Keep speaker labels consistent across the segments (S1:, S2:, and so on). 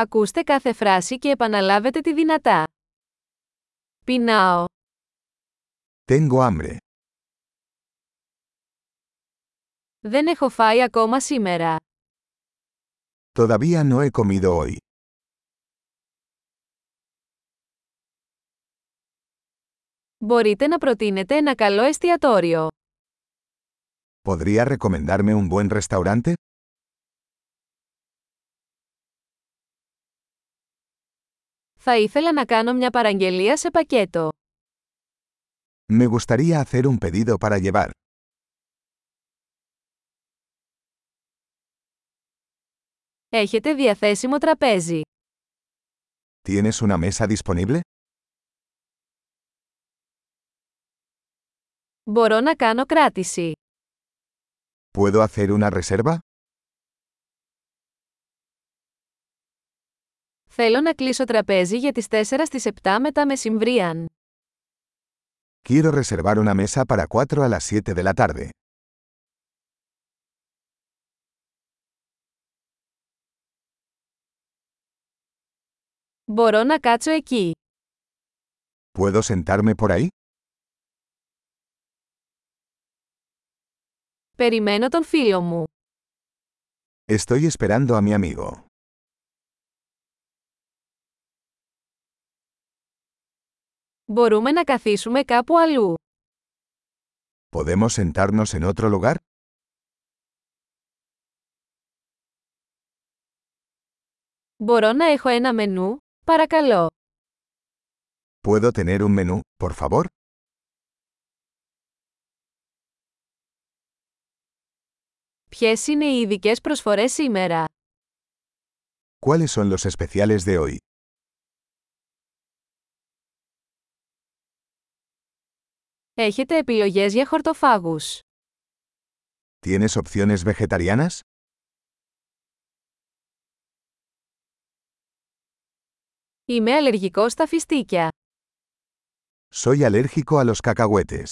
S1: Ακούστε κάθε φράση και επαναλάβετε τη δυνατά. Πεινάω.
S2: Tengo hambre.
S1: Δεν έχω φάει ακόμα σήμερα.
S2: Todavía no he comido hoy.
S1: Μπορείτε να προτείνετε ένα καλό εστιατόριο.
S2: ¿Podría recomendarme un buen restaurante?
S1: Θα ήθελα να κάνω μια παραγγελία σε πακέτο.
S2: Me gustaría hacer un pedido para llevar.
S1: Έχετε διαθέσιμο τραπέζι.
S2: ¿Tienes una mesa disponible?
S1: Μπορώ να κάνω κράτηση.
S2: ¿Puedo hacer una reserva?
S1: Θέλω να κλείσω τραπέζι για τις 4 στις 7 μετά μεσημβρίαν.
S2: Quiero reservar una mesa para 4 a las 7 de la tarde.
S1: Μπορώ να κάτσω εκεί.
S2: ¿Puedo sentarme por ahí?
S1: Περιμένω τον φίλο μου.
S2: Estoy esperando a mi amigo.
S1: Μπορούμε να καθίσουμε κάπου αλλού.
S2: ¿Podemos sentarnos en otro lugar?
S1: Μπορώ να έχω ένα μενού, παρακαλώ.
S2: ¿Puedo tener un menú, por favor?
S1: Ποιες είναι οι ειδικέ προσφορές σήμερα.
S2: ¿Cuáles son los especiales de hoy?
S1: Έχετε επιλογές για χορτοφάγους.
S2: ¿Tienes opciones vegetarianas?
S1: Είμαι αλλεργικός στα φιστίκια.
S2: Soy alérgico a los cacahuetes.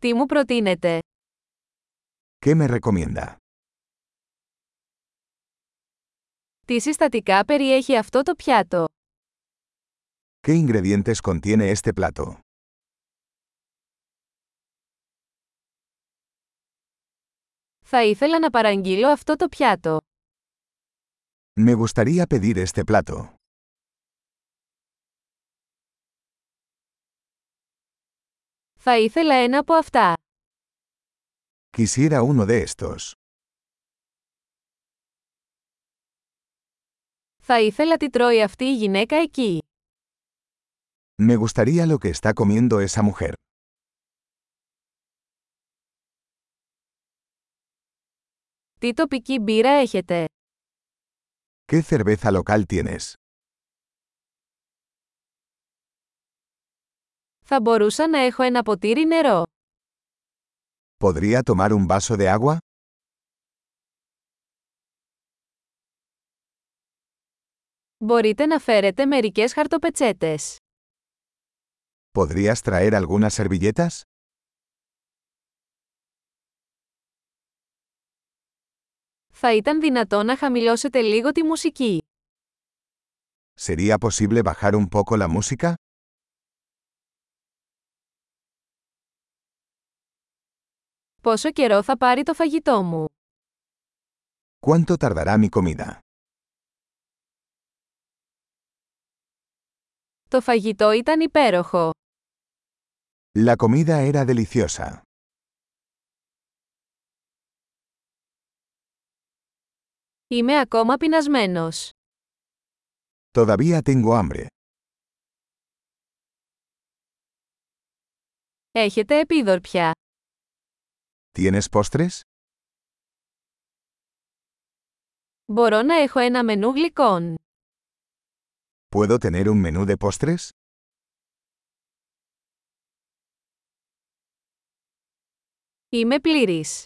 S1: Τι μου προτείνετε.
S2: ¿Qué me recomienda?
S1: Τι συστατικά περιέχει αυτό το πιάτο.
S2: ¿Qué ingredientes contiene este plato?
S1: Θα ήθελα να παραγγείλω αυτό το πιάτο.
S2: Me gustaría pedir este plato.
S1: Θα ήθελα ένα από αυτά.
S2: Quisiera uno de estos.
S1: Θα ήθελα τι τρώει αυτή η γυναίκα εκεί.
S2: Me gustaría lo que está comiendo esa mujer.
S1: Τι τοπική μπύρα έχετε.
S2: ¿Qué cerveza local tienes?
S1: Θα μπορούσα να έχω ένα ποτήρι νερό.
S2: ¿Podría tomar un vaso de agua?
S1: Μπορείτε να φέρετε μερικές χαρτοπετσέτες.
S2: ¿Podrías traer algunas servilletas?
S1: Θα ήταν δυνατό να χαμηλώσετε λίγο τη μουσική.
S2: ¿Sería posible bajar un poco la música?
S1: Πόσο καιρό θα πάρει το φαγητό μου.
S2: ¿Cuánto tardará mi comida?
S1: Το φαγητό ήταν υπέροχο.
S2: La comida era deliciosa.
S1: Είμαι ακόμα πεινασμένος.
S2: Todavía tengo hambre.
S1: Έχετε επίδορπια.
S2: ¿Tienes postres?
S1: Μπορώ να έχω ένα μενού γλυκών.
S2: ¿Puedo tener un menú de postres?
S1: Είμαι πλήρης.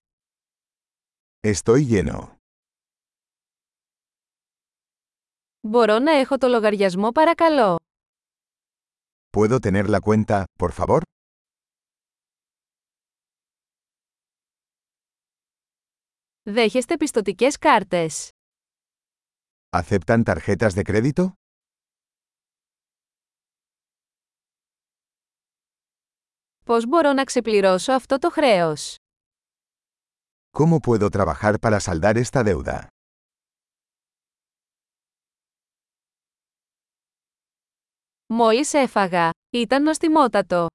S2: Estoy lleno.
S1: Μπορώ να έχω το λογαριασμό παρακαλώ.
S2: ¿Puedo tener la cuenta, por favor?
S1: Δέχεστε πιστωτικές κάρτες.
S2: ¿Aceptan tarjetas de crédito?
S1: Πώς μπορώ να ξεπληρώσω αυτό το χρέος.
S2: ¿Cómo puedo trabajar para saldar esta deuda?
S1: Μόλις έφαγα. Ήταν νοστιμότατο.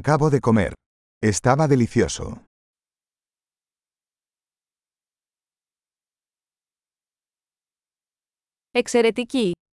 S2: Acabo de comer. Estaba delicioso.
S1: Εξαιρετική!